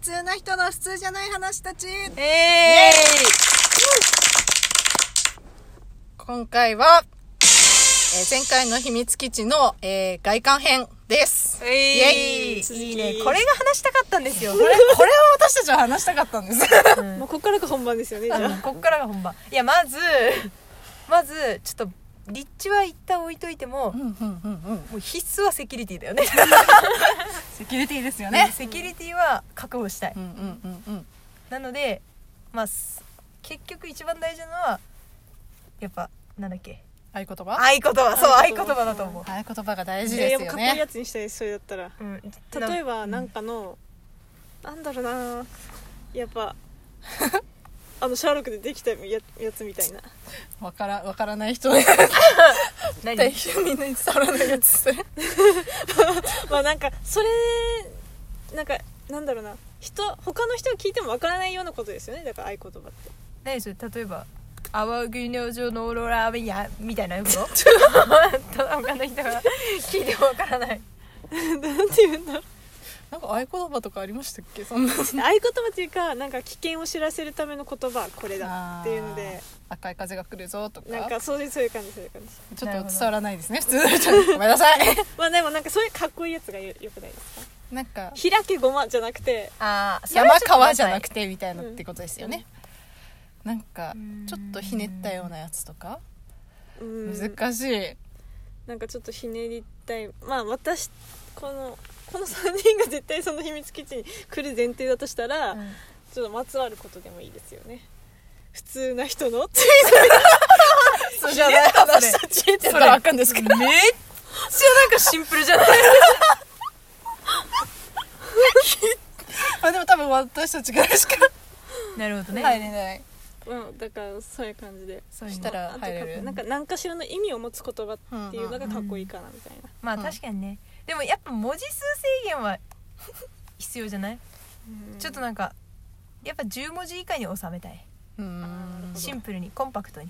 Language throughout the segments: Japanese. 通な人の普通じゃない話たちええ今回は、えー前回の秘密基地の、えー外観編です。えいイエイいいね続きこれが話したかったんですよこれ、これは私たちは話したかったん です。もうここからが本番ですよねじゃあこっからが本番いやまずまずちょっと立地は一旦置いといても、うんうんうんうん。もう必須はセキュリティだよねセキュリティですよ ね。セキュリティは確保したい、うんうんうんうん。なのでまあす結局一番大事なのはやっぱなんだっけ合言葉合言葉そう合合言言葉葉だと思う、合言葉が大事いやいでやすよもうかっこいいねや。つにしたいですそれだったらうん、例えばなんかのなんだろうなやっぱ あのシャーロックでできたややつみたい なわから、わからない人に何対してみんなに伝わらないやつですね。まあなんかそれなんかなんだろうな人他の人が聞いてもわからないようなことですよねだから合言葉って何それ例えば「淡国の城のオーロラみや」みたい なこと他の人が聞いてもわからない なんて言うんだろう なんか合言葉とかありましたっけそんな。 合言葉っていうかなんか危険を知らせるための言葉はこれだっていうので 赤い風が来るぞとか。なんかそういうそういう感じそういう感じちょっなるとほど伝わらないですね。普通 の人に。ごめんなさい。まあでもなんかそういうかっこいいやつがよよくないですかなんか、開けごまじゃなくてああ山川じゃなくててみたいなってことですよね。なんかうん、ちょっとひねったようなやつとか。うん難しい。なんかちょっとひねりたいまあ私このこの3人が絶対その秘密基地に来る前提だとしたら、んちょっとまつわることでもいいですよね普通な人のってそうじゃない私たちって言ったらわかんですけど。めっちゃなんかシンプル じゃないまあでも多分私たちぐらいしかなるほどね、入れない。うんだからそういう感じでそうそいしうたのらあとか入れる。なんか何かしらの意味を持つ言葉っていうのがかっこいいかなみたいな、まあうん確かにね、でもやっぱ文字数制限は必要じゃない、うんちょっとなんかやっぱ10文字以下に収めたいうんシンプルにコンパクトに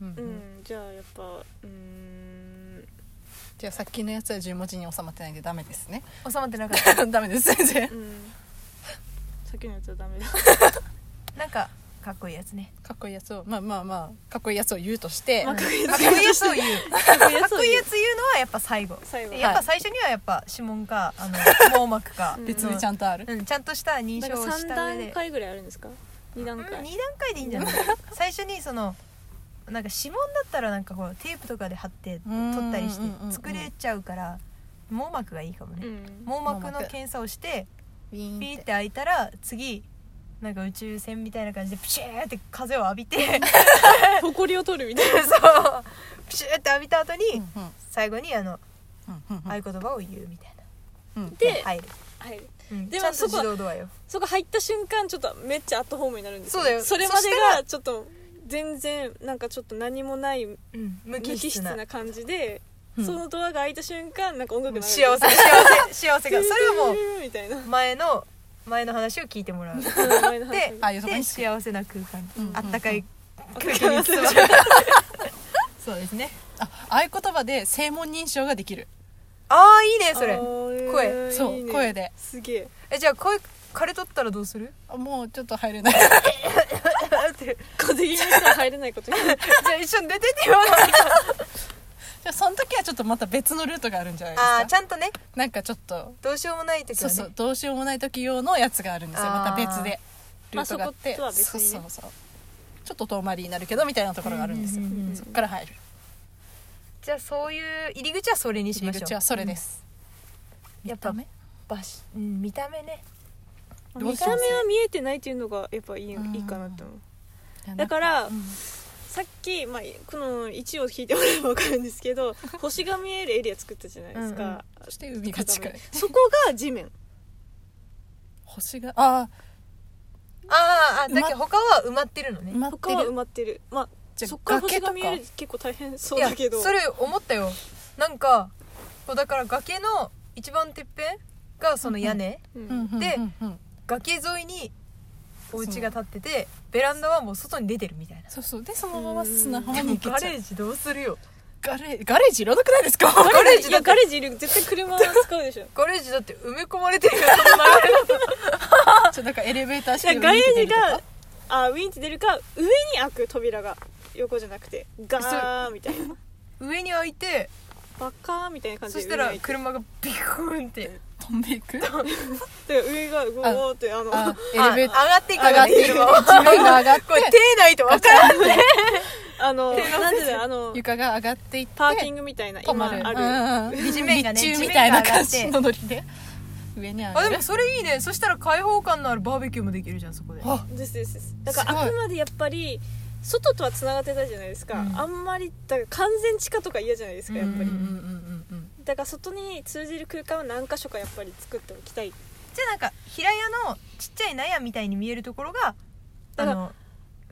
うんううんんじゃあやっぱうんじゃあさっきのやつは10文字に収まってないんでダメですね収まってなかっ たダメです先生うん さっきのやつはダメだなんかかっこいいやつねかっこいいやつをまあまあまあかっこいいやつを言うとして、まあかっこいいかやっつこ いいやつを言うかっかっこいいやつ言うのはやっぱ最後最後でやはっぱい最初にはやっぱ指紋かあ の網膜かうん別にちゃんとある、うんちゃんとした認なん証かをし3た上段で階ぐらいあるんですか2段階、うん二段階でいいんじゃ ない最初にそのなんか指紋だったらなんかこうテープとかで貼ってうん取ったりしてうんうんうん作れちゃうから網膜がいいかもね、うん網膜網の膜検査をしてビーンピーって開いたら次なんか宇宙船みたいな感じでプシューって風を浴びて誇りを取るみたいな そうプシューって浴びた後に、うんうん最後にあのうんうん合言葉を言うみたいな、うんで、入る、はい、うん、ででももちゃんとそこは自動ドアよそこ入った瞬間ちょっとめっちゃアットホームになるんですそうだよそれまでそしたがちょっと全然なんかちょっと何もない無うん無機機質質なな感じで、うんそのドアが開いた瞬間なんか音楽も流うれ幸せ幸せ 幸せがそれはもうみたいなう前の前の話を聞いて もらう前の話であよそ見でして幸せな空間、うんあったかい空気うにん包まれ そうですねあ合言葉で声紋認証ができるああいいねそれあー声えーそういいね声ですげええじゃあ声枯れとったらどう するあもうちょっと入れないって風邪気味にしたら入れない ことにじゃあ一緒に出てって言 わないじゃあその時はちょっとまた別のルートがあるんじゃないですあかあちゃんとねなんかちょっとどうしようもない時そはうねそうどうしようもない時用のやつがあるんですよまた別でルートがあって、まあそことそうは別にそねうそうちょっと遠回りになるけどみたいなところがあるんですよ、うんうんうんうんそこから入るじゃあそういう入り口はそれにし入まりしょう口はそれです、うんやっぱ見た目場所うん見た目ねどう見しますた目は見えてないっていうのがやっぱいいいいかなって思うだから、さっき、まあ、この1を聞いてもらえば分かるんですけど星が見えるエリア作ったじゃないですうんうんか、そして海が近いそこが地面星がああーあだけど他は埋まってるのね、埋まって他は埋るまってるまじあゃあそこから星が見え崖るとか結構大変そうだけどいやそれ思ったよなんかこうだから崖の一番てっぺんがその屋根、うんうんうんうんでうん崖沿いにお家が建っててベランダはもう外に出てるみたいなそうそうでそのまま砂浜でにも行けガちゃレうージどうするよガレージガレージいらなくないですかガレーガレージジいだやってガレージいる絶対車は使うでしょガレージだって埋め込まれてるよその流れだとエレベーターだ式からガレージががあウィンって出るか上に開く扉が横じゃなくてガーンみたいな上に開いてバカーンみたいな感じそでしたら上に開いて車がビコーンって飛んでいくだから上がゴーってあのあエあレベー上ターがっていか上がなっいていいく る地面が上がって手ないと分からんあのなんていうのあの床が上がっていってパーキングみたいな止今まるうあんるうんうん地面がね日中地面みたいな感が上がじってのノリで上に上があるでもそれいいねそしたら開放感のあるバーベキューもできるじゃんそこであですですですだからすごあいくまでやっぱり外とはつながってたじゃないですか、うんあんまりだから完全地下とか嫌じゃないですかやっぱり、うんうんうんうんだから外に通じる空間は何箇所かやっぱり作っておきたいじゃあなんか平屋のちっちゃい納屋みたいに見えるところがあだからの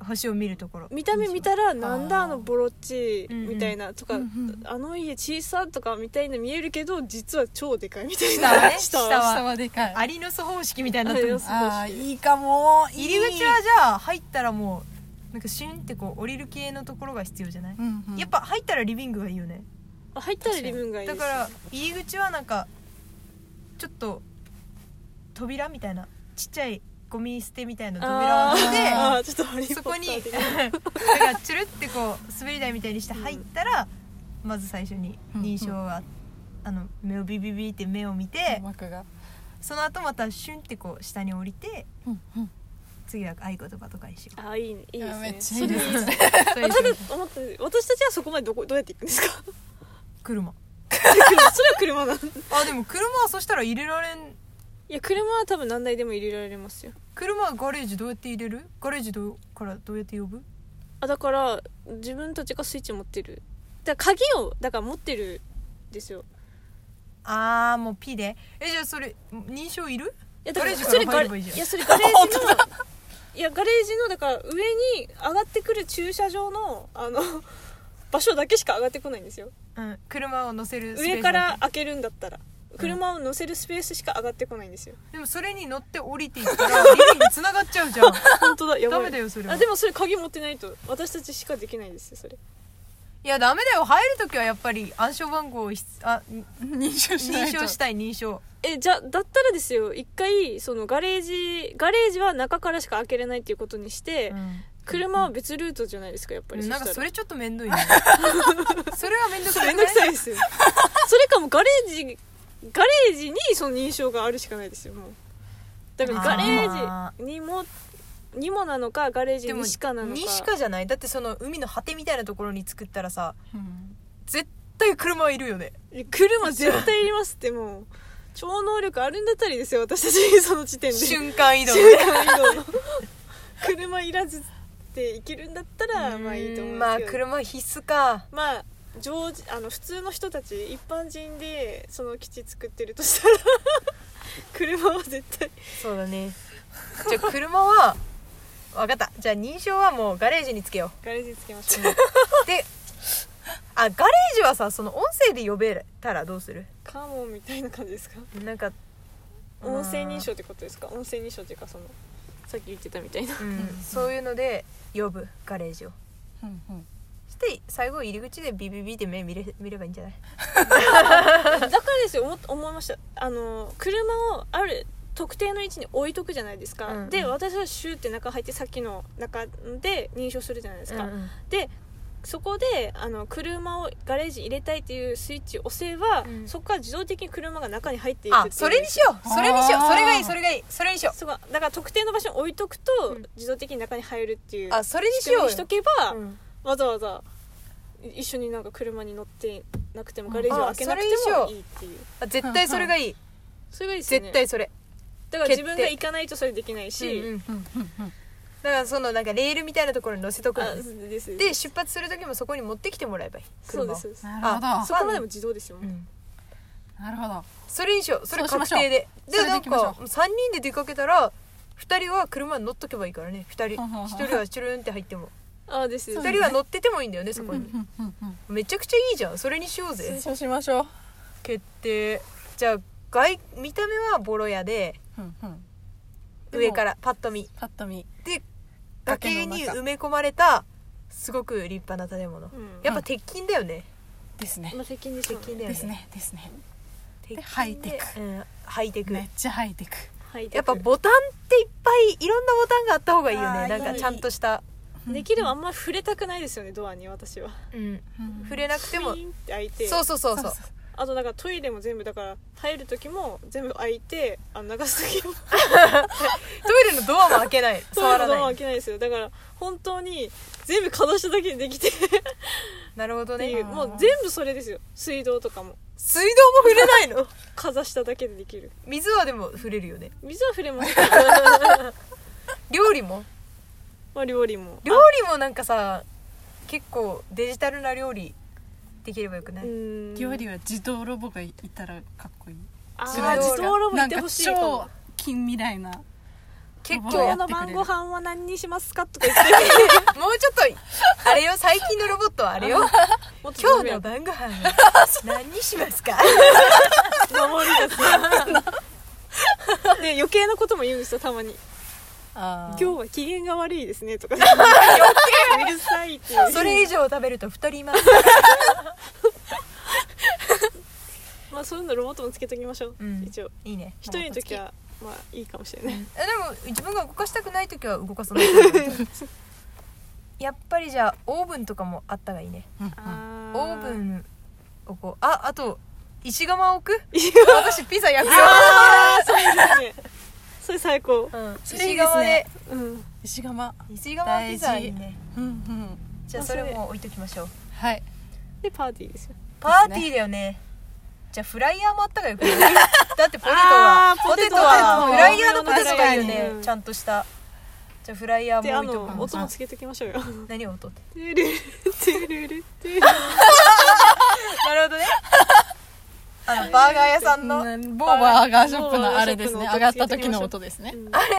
星を見るところ見た目見たらなんだあーあのボロっちうんうんみたいなとか、うんうんあの家小さとかみたいな見えるけど実は超でかいみたい下はなねは下は下はでかいアリの巣方式みたいになっあてりるますああいいかもいい入り口はじゃあ入ったらもうなんかシュンってこう降りる系のところが必要じゃない、うんうんやっぱ入ったらリビングがいいよねあ入ったらリムンがいいでだすから入り口はなんかちょっと扉みたいなちっちゃいゴミ捨てみたいな扉をあ開けて扉を ーあーちょっとハリーそこポッタにー的なだからチュルってこう滑り台みたいにして入ったら、まず最初に認証が、あの目をビビビって目を見て幕がその後またシュンってこう下に降りてうんうん次は合言葉とかにしようあーいいねいいですあめっねちゃいいですねそれいいそれでです思って私たちはそこまでどこどうやって行くんですか 車それは車なんいあでも車はそしたら入れられんや車は多分何台でも入れられますよ車はガレージどうやって入れるガレージどうからどうやって呼ぶあだから自分たちがスイッチ持ってるだから鍵をだから持ってるんですよああもう P でえじゃあそれ認証いるいやだかガレらージかそられガ入レればいいじゃんいやそれガレー ジのいやガレージのだから上に上がってくる駐車場のあの場所だけしか上がってこないんですようん車を乗せるスペース上から開けるんだったらん車を乗せるスペースしか上がってこないんですよ、でもそれに乗って降りていったらリビング繋がっちゃうじゃん本当だ やばダいメだよそれはあでもそれ鍵持ってないと私たちしかできないですよそれいやダメだよ入るときはやっぱり暗証番号をひつあ認証しな認いと証したい認証えじゃだったらですよ一回そのガレージガレージは中からしか開けれないっていうことにして、う車は別ルートじゃないですかやっぱり、んなんかしたそられちょっと面 倒いねそれは面倒くさめいんどくさいですよそれかもうガレージガレージにその認証があるしかないですよもうだからガレージにもにもなのかガレージにしかなのかにしかじゃないだってその海の果てみたいなところに作ったらさうん絶対車はいるよね車絶対いりますってもう超能力あるんだったりですよ私たちその時点で瞬間移動瞬間移動の 車いらずっていけるんだったらまあいいと思うんですまあけど車必須かまあ常時あの普通の人たち一般人でその基地作ってるとしたら 車は絶対そうだねじゃあ車は分かったじゃあ認証はもうガレージにつけよガレージつけましょ ううであガレージはさその音声で呼べたらどうするカモンみたいな感じですかなんか音声認証ってことですか音声認証っていうかそのさっき言ってたみたいなうん、そういうので呼ぶガレージをうんうんして最後入り口でビビビって目見れ見ればいいんじゃない だからですよ思っ思いましたあの車をある特定の位置に置いとくじゃないですか、うんうんで私はシューって中入ってさっきの中で認証するじゃないですか、うんうんでそこであの車をガレージ入れたいっていうスイッチを押せば、うんそこから自動的に車が中に入っていくってあいうそれにしようそれにしようあーそれがいいそれがいいそれにしよそうかだから特定の場所に置いとくと、うん自動的に中に入るっていううあそれにし仕よ組みうによしとけば、うんわざわざ一緒になんか車に乗ってなくてもガレージをあ開けなくてそれもにしよういいっていうあ絶対それ がいいそれがいいですよね絶対それだから自分が行かないとそれできないし、うんうんうんうんうんだからそのなんかレールみたいなところに乗せとくあのですですで出発する時もそこに持ってきてもらえばいいそ車うでをすそうですなるほあどそこまでも自動ですよ、うんなるほどそれにしようそれそうしま確しょう定ででそれでなん行きましょうか3人で出かけたら2人は車に乗っとけばいいからね2人ははは1人はチュルンって入ってもあですですそう2ね人は乗っててもいいんだよねそこうにんうんうんめちゃくちゃいいじゃんそれにしよううんぜそうしましょう決定じゃあ外見た目はボロ屋でうんうんでも上からパッと見パッと見で崖崖のに中埋め込まれたすごく立派な建物うんやっぱ鉄筋だよねですねまあ、責任ですよ鉄筋ねだよでねすねですね鉄筋でハイテうんハイテクめっちゃハイテクはいやっぱボタンっていっぱいいいろんなボタンがあった方がいいよあーねなんかいいちゃんとしたできればあんまり触れたくないですよねドアに私はうんうん触れなくてでももピーンって開いてそうそうそうそうあとなんかトイレも全部だから入る時も全部開いてあの流す 時もトイレのドアも開けないトイ触レのらドアなも開いけないですよだから本当に全部かどしただけでできてっなるほどてねいうもう全部それですよ水道とかも水道も触れないのかざしただけでできる水はでも触れるよね水は触れます 料理もまあ料理も料理もなんかさ結構デジタルな料理できればよくなうい、ん料理は自動ロボがいたらかっこいいあ自動ローボ自動ロボいなっんてかほしいかも超近未来な結ロボ構や今日っのてくれる晩ご飯は何にしますかとか言 ってもうちょっとあれよ最近のロボットはあれよもっと今伸日びのろ晩ご飯は 何にしますか守り ですで余計なことも言うんですよたまにあ「ー今日は機嫌が悪いですね」 とかうるさいっていうそれ以上食べると太ります、まあそういうのロボットもつけときましょう、うん一応いいね一人の時はまあいいかもしれない、えでも自分が動かしたくない時は動かさない やっぱりじゃあオーブンとかもあったがいいねあオーブンンをこうああと石窯置く石窯私ピザ焼くよ、ああそうですねそれ最高うん、それい石いです窯ねでうん石窯石窯ピザいいねうんうんじゃあそれも置いときましょうはいでパーティーですよパーティーだよねじゃあフライヤーもあったがよくないだってポテトはあーポテトポはテトフライヤーのポテトがいいよ確かねにちゃんとしたじゃあフライヤーでもあ置いとのく音もつけときましょう よ何音って「てるてるるて るなるほどね あのバーガー屋さんのうん某バーガーショップのあれですね上某バがーっガーたショップ時のの音音ですねうん